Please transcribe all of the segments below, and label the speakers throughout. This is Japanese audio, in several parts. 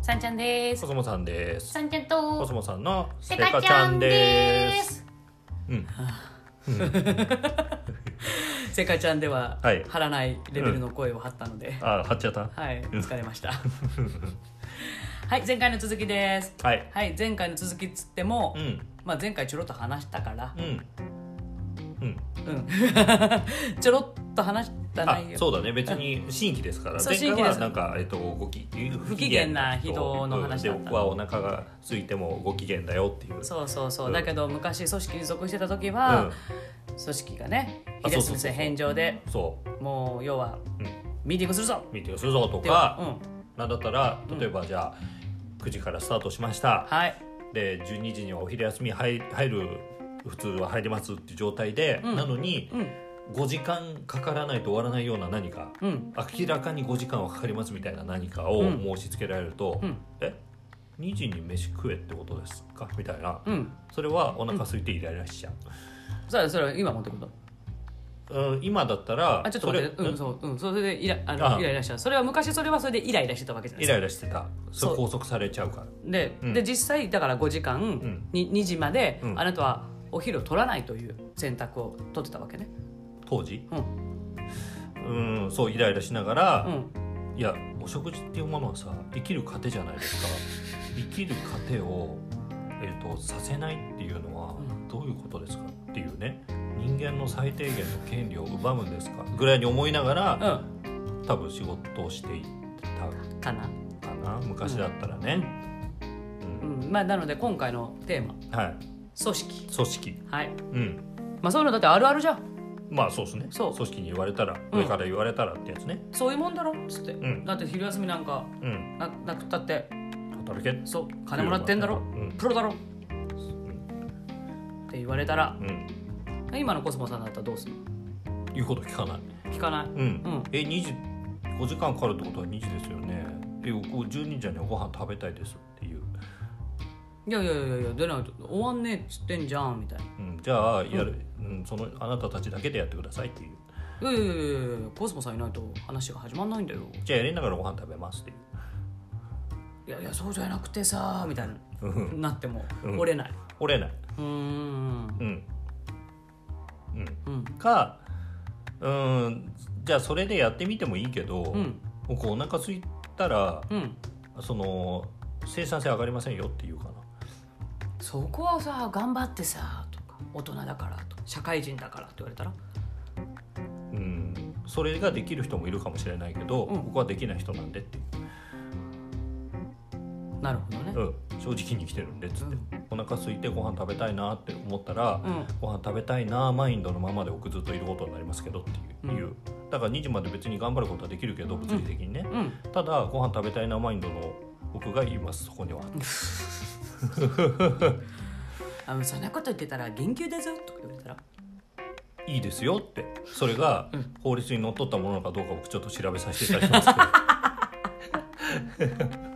Speaker 1: さんちゃんです
Speaker 2: コスモさんです
Speaker 1: さんちゃん
Speaker 2: コ
Speaker 1: と
Speaker 2: スモさんの
Speaker 1: せかちゃんです
Speaker 2: うん
Speaker 3: 「セカちゃん」では
Speaker 2: はい
Speaker 3: 張らないレベルの声を張ったので、
Speaker 2: あ貼っちゃった
Speaker 3: はい疲れましたはい前回の続きです
Speaker 2: はい
Speaker 3: はい前回の続きっつっても、
Speaker 2: うん
Speaker 3: まあ、前回ちょろっと話したから
Speaker 2: うんうん
Speaker 3: うんちょろっと話した
Speaker 2: あ
Speaker 3: 内容
Speaker 2: そうだね別に新規ですから
Speaker 3: そう
Speaker 2: 前回
Speaker 3: 新規で
Speaker 2: は
Speaker 3: す
Speaker 2: なんか、えっと、ごき不
Speaker 3: 機嫌な人の話だった
Speaker 2: うんで僕はお腹が空いてもご機嫌だよっていう
Speaker 3: そうそうそう
Speaker 2: うん
Speaker 3: だけど昔組織に属してた時
Speaker 2: う
Speaker 3: は
Speaker 2: ん、
Speaker 3: 組織がね
Speaker 2: あ
Speaker 3: 秀
Speaker 2: そうそうそう
Speaker 3: 先生返上で
Speaker 2: そう
Speaker 3: もう要は
Speaker 2: うん
Speaker 3: ミーティングするぞ
Speaker 2: ミーティングするぞと
Speaker 3: って
Speaker 2: か、
Speaker 3: うん
Speaker 2: なんだったら例えばじゃあ、9時からスタートしました、
Speaker 3: はい
Speaker 2: で12時にはお昼休み入入る普通は入りますっていう状態で、
Speaker 3: ん
Speaker 2: なのに、
Speaker 3: うん
Speaker 2: 5時間かからないと終わらないような何か、
Speaker 3: うん
Speaker 2: 明らかに5時間はかかりますみたいな何かを
Speaker 3: うん
Speaker 2: 申し付けられると「
Speaker 3: うん
Speaker 2: え2時に飯食えってことですか?」みたいな、
Speaker 3: うん
Speaker 2: それはお腹空いてイライラしちゃう。
Speaker 3: それはそれは今もってこと
Speaker 2: うん今だったら
Speaker 3: あちょっと待って
Speaker 2: それ
Speaker 3: うんそううんそれでイラあの
Speaker 2: あ
Speaker 3: イライラしたそれは昔それはそれでイライラしてたわけじゃない
Speaker 2: イ
Speaker 3: です
Speaker 2: ラ
Speaker 3: か
Speaker 2: イラしてたそ
Speaker 3: そ
Speaker 2: れ
Speaker 3: う
Speaker 2: 拘束されちゃうから
Speaker 3: で,、
Speaker 2: うん
Speaker 3: で実際だから5時間、
Speaker 2: ん
Speaker 3: に2時まで、
Speaker 2: うん
Speaker 3: あなたはお昼を取らないという選択を取ってたわけね
Speaker 2: 当時
Speaker 3: うん
Speaker 2: うんそうイライラしながら、
Speaker 3: うん
Speaker 2: いやお食事っていうものはさ生きる糧じゃない ですか生きる糧を、えー、とさせないっていうのは
Speaker 3: うん
Speaker 2: どういうことですかっていうね人間の最低限の権利を奪うんですかぐらいに思いなが
Speaker 3: う
Speaker 2: ら
Speaker 3: ん
Speaker 2: 多分仕事をしていった
Speaker 3: かな、
Speaker 2: かな昔だったらね、
Speaker 3: うんまあ、なので今回のテーマ
Speaker 2: はい
Speaker 3: 組織
Speaker 2: 組織
Speaker 3: はい
Speaker 2: うん
Speaker 3: まあそういうのだってあるあるじゃん
Speaker 2: まあそうですね
Speaker 3: そう
Speaker 2: 組織に言われたら
Speaker 3: うん
Speaker 2: 上から言われたらってやつね
Speaker 3: そういうもんだろっつって、
Speaker 2: ん
Speaker 3: だって昼休みなんか
Speaker 2: うん
Speaker 3: ななくったって
Speaker 2: 働け
Speaker 3: そう金もらってんだろ、
Speaker 2: うん
Speaker 3: プロだろ、って言われたら
Speaker 2: うん
Speaker 3: 今のコスモさんだったらどうする
Speaker 2: 言うこと聞かない
Speaker 3: 聞かない、
Speaker 2: うん
Speaker 3: うん
Speaker 2: え2時5時間かかるってことは2時ですよねえ僕12時にはご飯食べたいですっていう、
Speaker 3: いやいやいやいや出ないと終わんねえっつってんじゃんみたいな
Speaker 2: うん、じゃあやる、うんそのあなたたちだけでやってくださいっていう
Speaker 3: いやいやいやいやいやコスモさんいないと話が始まんないんだよ
Speaker 2: じゃあやりながらご飯食べますっていう
Speaker 3: いやいやそうじゃなくてさみたいな
Speaker 2: うん
Speaker 3: なっても
Speaker 2: うん
Speaker 3: 折れない
Speaker 2: 折れないう
Speaker 3: ーん
Speaker 2: うん
Speaker 3: うん
Speaker 2: かうんじゃあそれでやってみてもいいけど、
Speaker 3: うん
Speaker 2: 僕お腹空いたら
Speaker 3: うん
Speaker 2: その生産性上がりませんよっていうかな
Speaker 3: そこはさ頑張ってさとか大人だからとか社会人だからって言われたら
Speaker 2: うんそれができる人もいるかもしれないけど、
Speaker 3: うん
Speaker 2: 僕はできない人なんでっていう
Speaker 3: なるほどね
Speaker 2: うん、正直に来てるんでっつって、お腹空いてご飯食べたいなって思ったら、
Speaker 3: うん
Speaker 2: ご飯食べたいなマインドのままで僕ずっといることになりますけどっていう,、
Speaker 3: うん
Speaker 2: いうだから2時まで別に頑張ることはできるけど物理的にね、
Speaker 3: うん
Speaker 2: ただご飯食べたいなマインドの僕がいますそこには
Speaker 3: あのそんなこと言ってたら言及だぞとか言われたら
Speaker 2: いいですよってそれが
Speaker 3: うん
Speaker 2: 法律にのっとったものかどうか僕ちょっと調べさせていただきますけど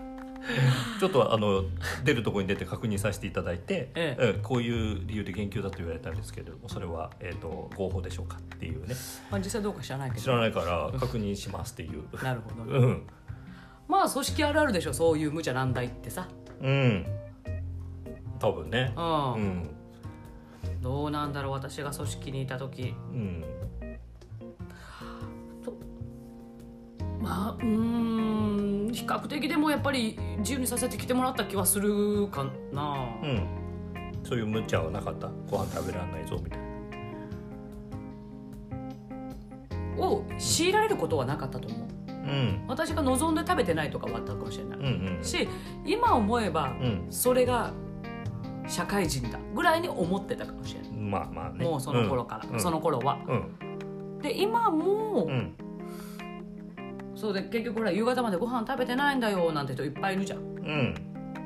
Speaker 2: ちょっとあの出るところに出て確認させていただいて、
Speaker 3: え
Speaker 2: うんこういう理由で言及だと言われたんですけれどもそれは、えー、と合法でしょうかっていうね
Speaker 3: まあ実際どうか知らないけ
Speaker 2: 知
Speaker 3: ど
Speaker 2: らないから確認しますっていう
Speaker 3: なるほど
Speaker 2: うん
Speaker 3: まあ組織あるあるでしょそういう無茶難題ってさ
Speaker 2: うん多分ね
Speaker 3: う、
Speaker 2: うんん
Speaker 3: どうなんだろう私が組織にいた時
Speaker 2: うん
Speaker 3: まあうーん比較的でもやっぱり自由にさせてきてもらった気はするかな、
Speaker 2: うんそういう無茶はなかったご飯食べられないぞみたいな
Speaker 3: を強いられることはなかったと思う
Speaker 2: うん
Speaker 3: 私が望んで食べてないとかはあったかもしれない、
Speaker 2: うんうん
Speaker 3: し今思えば
Speaker 2: うん
Speaker 3: それが社会人だぐらいに思ってたかもしれない、
Speaker 2: まあまあね
Speaker 3: もうその頃から、
Speaker 2: うん
Speaker 3: その頃は
Speaker 2: うん
Speaker 3: で今も、
Speaker 2: うん
Speaker 3: そうで結局ほら夕方までご飯食べてないんだよなんて人いっぱいいるじゃん
Speaker 2: うん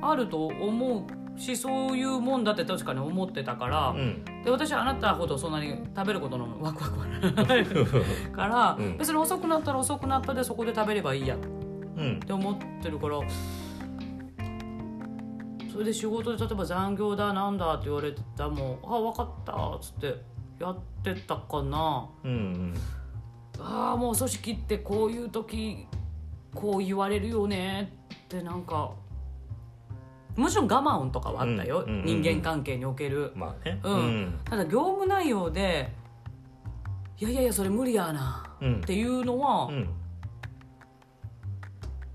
Speaker 3: あると思うしそういうもんだって確かに思ってたから、
Speaker 2: うん
Speaker 3: で私はあなたほどそんなに食べることのワクワクはないから、
Speaker 2: うん
Speaker 3: 別に遅くなったら遅くなったでそこで食べればいいやっ
Speaker 2: うん
Speaker 3: て思ってるからそれで仕事で例えば残業だなんだって言われてたもんあ分かったっつってやってたかな
Speaker 2: うん
Speaker 3: ああもう組織ってこういう時こう言われるよねってなんかもちろん我慢とかはあったよ、
Speaker 2: うんうんうん
Speaker 3: 人間関係における
Speaker 2: まあね
Speaker 3: うんただ業務内容で「いやいやいやそれ無理やな」
Speaker 2: うん
Speaker 3: っていうのは
Speaker 2: うん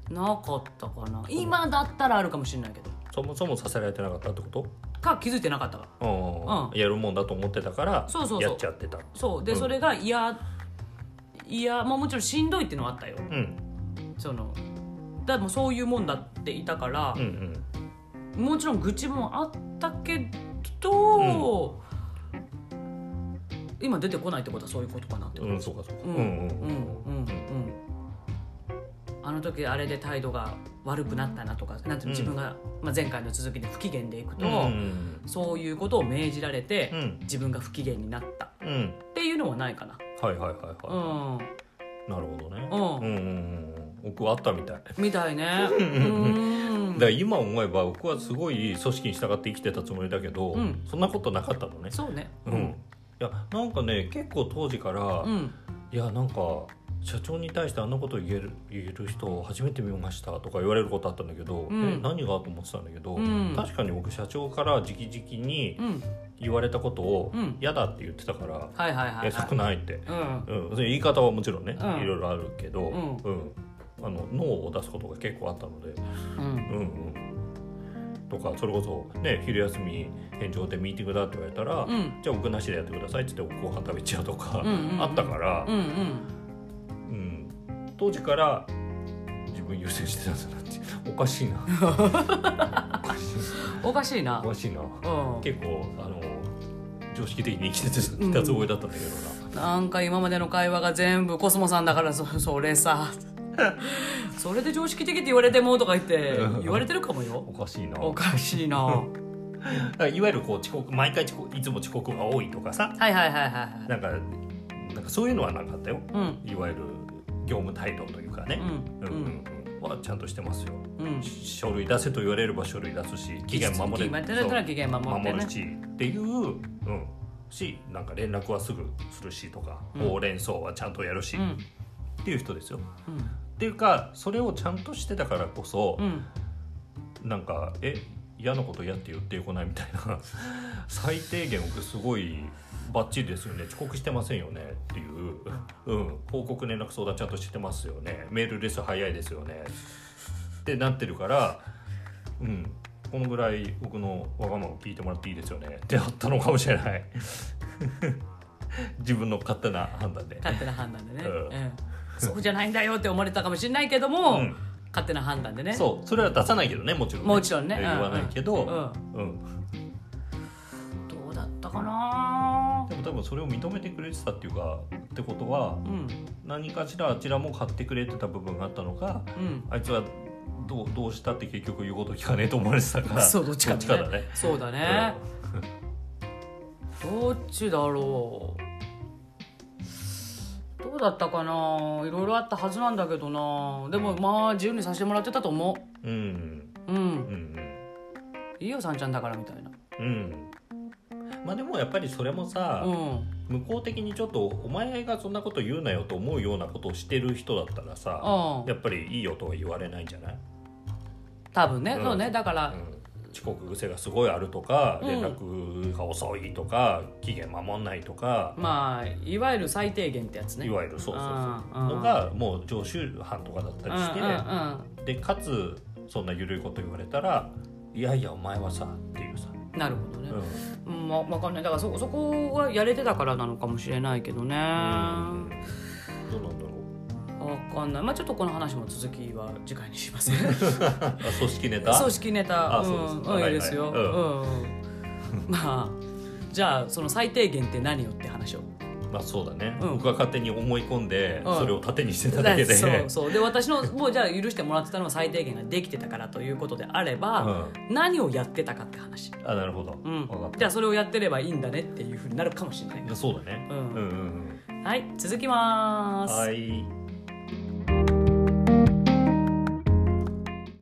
Speaker 3: なかったかな、今だったらあるかもしれないけど
Speaker 2: そもそもさせられてなかったってこと
Speaker 3: か気づいてなかったか
Speaker 2: うん
Speaker 3: うん
Speaker 2: やるもんだと思ってたから
Speaker 3: そうそうそう
Speaker 2: やっちゃってた
Speaker 3: そうで、
Speaker 2: うん
Speaker 3: それが嫌いやまあもちろんしんどいっていうのはあったよ
Speaker 2: うん
Speaker 3: そのだもうそういうもんだっていたから
Speaker 2: うんう、ん
Speaker 3: もちろん愚痴もあったけど、今出てこないってことはそういうことかなってこと
Speaker 2: うんそうかそうかうん
Speaker 3: うんうんうんあの時あれで態度が悪くなったなとかなんていうの自分が、まあ、前回の続きで不機嫌でいくと、
Speaker 2: うん
Speaker 3: そういうことを命じられて、
Speaker 2: うん
Speaker 3: 自分が不機嫌になったっ
Speaker 2: うん
Speaker 3: ていうのはないかな。
Speaker 2: はいはいはいはい
Speaker 3: うん
Speaker 2: なるほどね
Speaker 3: うん
Speaker 2: うんうんうん僕はあったみたい
Speaker 3: みたいね。うん
Speaker 2: だから今思えば僕はすごい組織に従って生きてたつもりだけど、
Speaker 3: うん
Speaker 2: そんなことなかったのね。
Speaker 3: そうね。
Speaker 2: うんいやなんかね結構当時から、
Speaker 3: うん。
Speaker 2: いやなんか社長に対してあんなこと言える言える人初めて見ましたとか言われることあったんだけど、
Speaker 3: ん
Speaker 2: え何がと思ってたんだけど、
Speaker 3: うん
Speaker 2: 確かに僕社長から直々に
Speaker 3: うん。
Speaker 2: 言われたことを
Speaker 3: うん
Speaker 2: 嫌だって言ってたから
Speaker 3: はいはいは
Speaker 2: 優
Speaker 3: い、
Speaker 2: しく
Speaker 3: は
Speaker 2: ないって、
Speaker 3: い。うん。
Speaker 2: うん、それ言い方はもちろんね、
Speaker 3: うん
Speaker 2: いろいろあるけど、
Speaker 3: うん
Speaker 2: うんあの脳を出すことが結構あったので。
Speaker 3: うん。
Speaker 2: うんうん、とかそれこそ、ね、昼休み返上でミーティングだって言われたら、
Speaker 3: うん。
Speaker 2: じゃあ僕なしでやってくださいって言ってご飯食べちゃうとか、
Speaker 3: うんうんうん
Speaker 2: あったから
Speaker 3: うん、うん。
Speaker 2: うん当時から自分優先してたんだなっておかしいなおかしい
Speaker 3: おかしいな
Speaker 2: なお。かしいな
Speaker 3: う
Speaker 2: 結構あの常識的に生きててたつもりだったんだけどな。
Speaker 3: ん。なんか今までの会話が全部コスモさんだからそそれさ。 それで常識的って言われてもとか言って
Speaker 2: うん
Speaker 3: 言われてるかもよ
Speaker 2: お。かしいな
Speaker 3: おかしい な。はい
Speaker 2: だからいわゆるこう遅刻毎回遅刻いつも遅刻が多いとかさ
Speaker 3: はいはいはいはい。
Speaker 2: なんかなんかそういうのはなかったよ
Speaker 3: うん
Speaker 2: いわゆる業務態度というかね、
Speaker 3: うん
Speaker 2: うんうんはちゃんとしてますよ
Speaker 3: うん。
Speaker 2: し書類出せと言われれば書類出すし期限守れ
Speaker 3: 期限守ってたら期限守ってね
Speaker 2: そう守るしっていう、うん、しなんか連絡はすぐするしとか、
Speaker 3: うん
Speaker 2: ほうれん草はちゃんとやるし、
Speaker 3: うん
Speaker 2: っ。ていう人ですよ。っ
Speaker 3: うん。
Speaker 2: ていうかそれをちゃんとしてたからこそ
Speaker 3: う、ん。
Speaker 2: なんかえ嫌なこと嫌って言ってこないみたいな 最低限僕すごいバッチリですよね遅刻してませんよねっていう、うん、報告連絡相談ちゃんとしてますよねメールレス早いですよねってなってるから、うん、このぐらい僕のわがままを聞いてもらっていいですよねってあったのかもしれない 自分の勝手な判断で。
Speaker 3: 勝手な判断でね。
Speaker 2: うん
Speaker 3: うん。そうじゃないんだよって思われたかもしれないけども、
Speaker 2: うん
Speaker 3: 勝手な判断でね。
Speaker 2: そうそれは出さないけどねもちろん、
Speaker 3: もちろんねうん
Speaker 2: 言わないけど、うん
Speaker 3: どうだったかな。
Speaker 2: でも多分それを認めてくれてたっていうかってことは
Speaker 3: うん。
Speaker 2: 何かしらあちらも買ってくれてた部分があったのか
Speaker 3: うん。
Speaker 2: あいつはどうどうしたって結局言うこと聞かねえと思われてたから
Speaker 3: そうどっちか
Speaker 2: どっちかだね。
Speaker 3: そうだね。どっちだろう。どうだったかな。いろいろあったはずなんだけどな。でもまあ自由にさせてもらってたと思
Speaker 2: うん
Speaker 3: う。
Speaker 2: う
Speaker 3: う
Speaker 2: ん
Speaker 3: ん。
Speaker 2: うん
Speaker 3: いいよさんちゃんだからみたいな。
Speaker 2: うんまあでもやっぱりそれもさ、
Speaker 3: うん。
Speaker 2: 向こう的にちょっとお前がそんなこと言うなよと思うようなことをしてる人だったらさ、
Speaker 3: う
Speaker 2: や
Speaker 3: ん。
Speaker 2: っぱりいいよとは言われないんじゃない、
Speaker 3: 多分ね。
Speaker 2: うん
Speaker 3: そうね。だから
Speaker 2: う。ん遅刻癖がすごいあるとか
Speaker 3: うん
Speaker 2: 連絡が遅いとか、期限守んないとか、
Speaker 3: まあいわゆる最低限ってやつね。
Speaker 2: いわゆるそうそうそう
Speaker 3: うんうん
Speaker 2: のがもう常習犯とかだったりして、
Speaker 3: うんうん
Speaker 2: でかつそんな緩いこと言われたら「いやいやお前はさ」っていうさ、
Speaker 3: うん。なるほどね
Speaker 2: う。ん
Speaker 3: うん、まわかんないだからそそこはやれてたからなのかもしれないけどね
Speaker 2: うん
Speaker 3: わ
Speaker 2: どうなんだろ
Speaker 3: かんないまあちょっとこの話も続きは次回にしますね
Speaker 2: うあ組織ネタ
Speaker 3: 組織ネタ
Speaker 2: あ
Speaker 3: う
Speaker 2: そうんです
Speaker 3: う
Speaker 2: はい
Speaker 3: ん
Speaker 2: はいい
Speaker 3: いですよ、
Speaker 2: うん
Speaker 3: うんうんまあじゃあその最低限って何よって話を
Speaker 2: まあそうだね、
Speaker 3: うん
Speaker 2: 僕は勝手に思い込んで、
Speaker 3: うん
Speaker 2: それを盾にしてただけで
Speaker 3: そうそうで私のもうじゃあ許してもらってたのは最低限ができてたからということであれば、
Speaker 2: う
Speaker 3: 何をやってたかって話、
Speaker 2: ん、あなるほど、
Speaker 3: うん
Speaker 2: 分かった
Speaker 3: じゃあそれをやってればいいんだねっていうふうになるかもしれない
Speaker 2: そうだね、
Speaker 3: うん
Speaker 2: うんうん
Speaker 3: はい続きま
Speaker 2: うん、
Speaker 3: す
Speaker 2: はい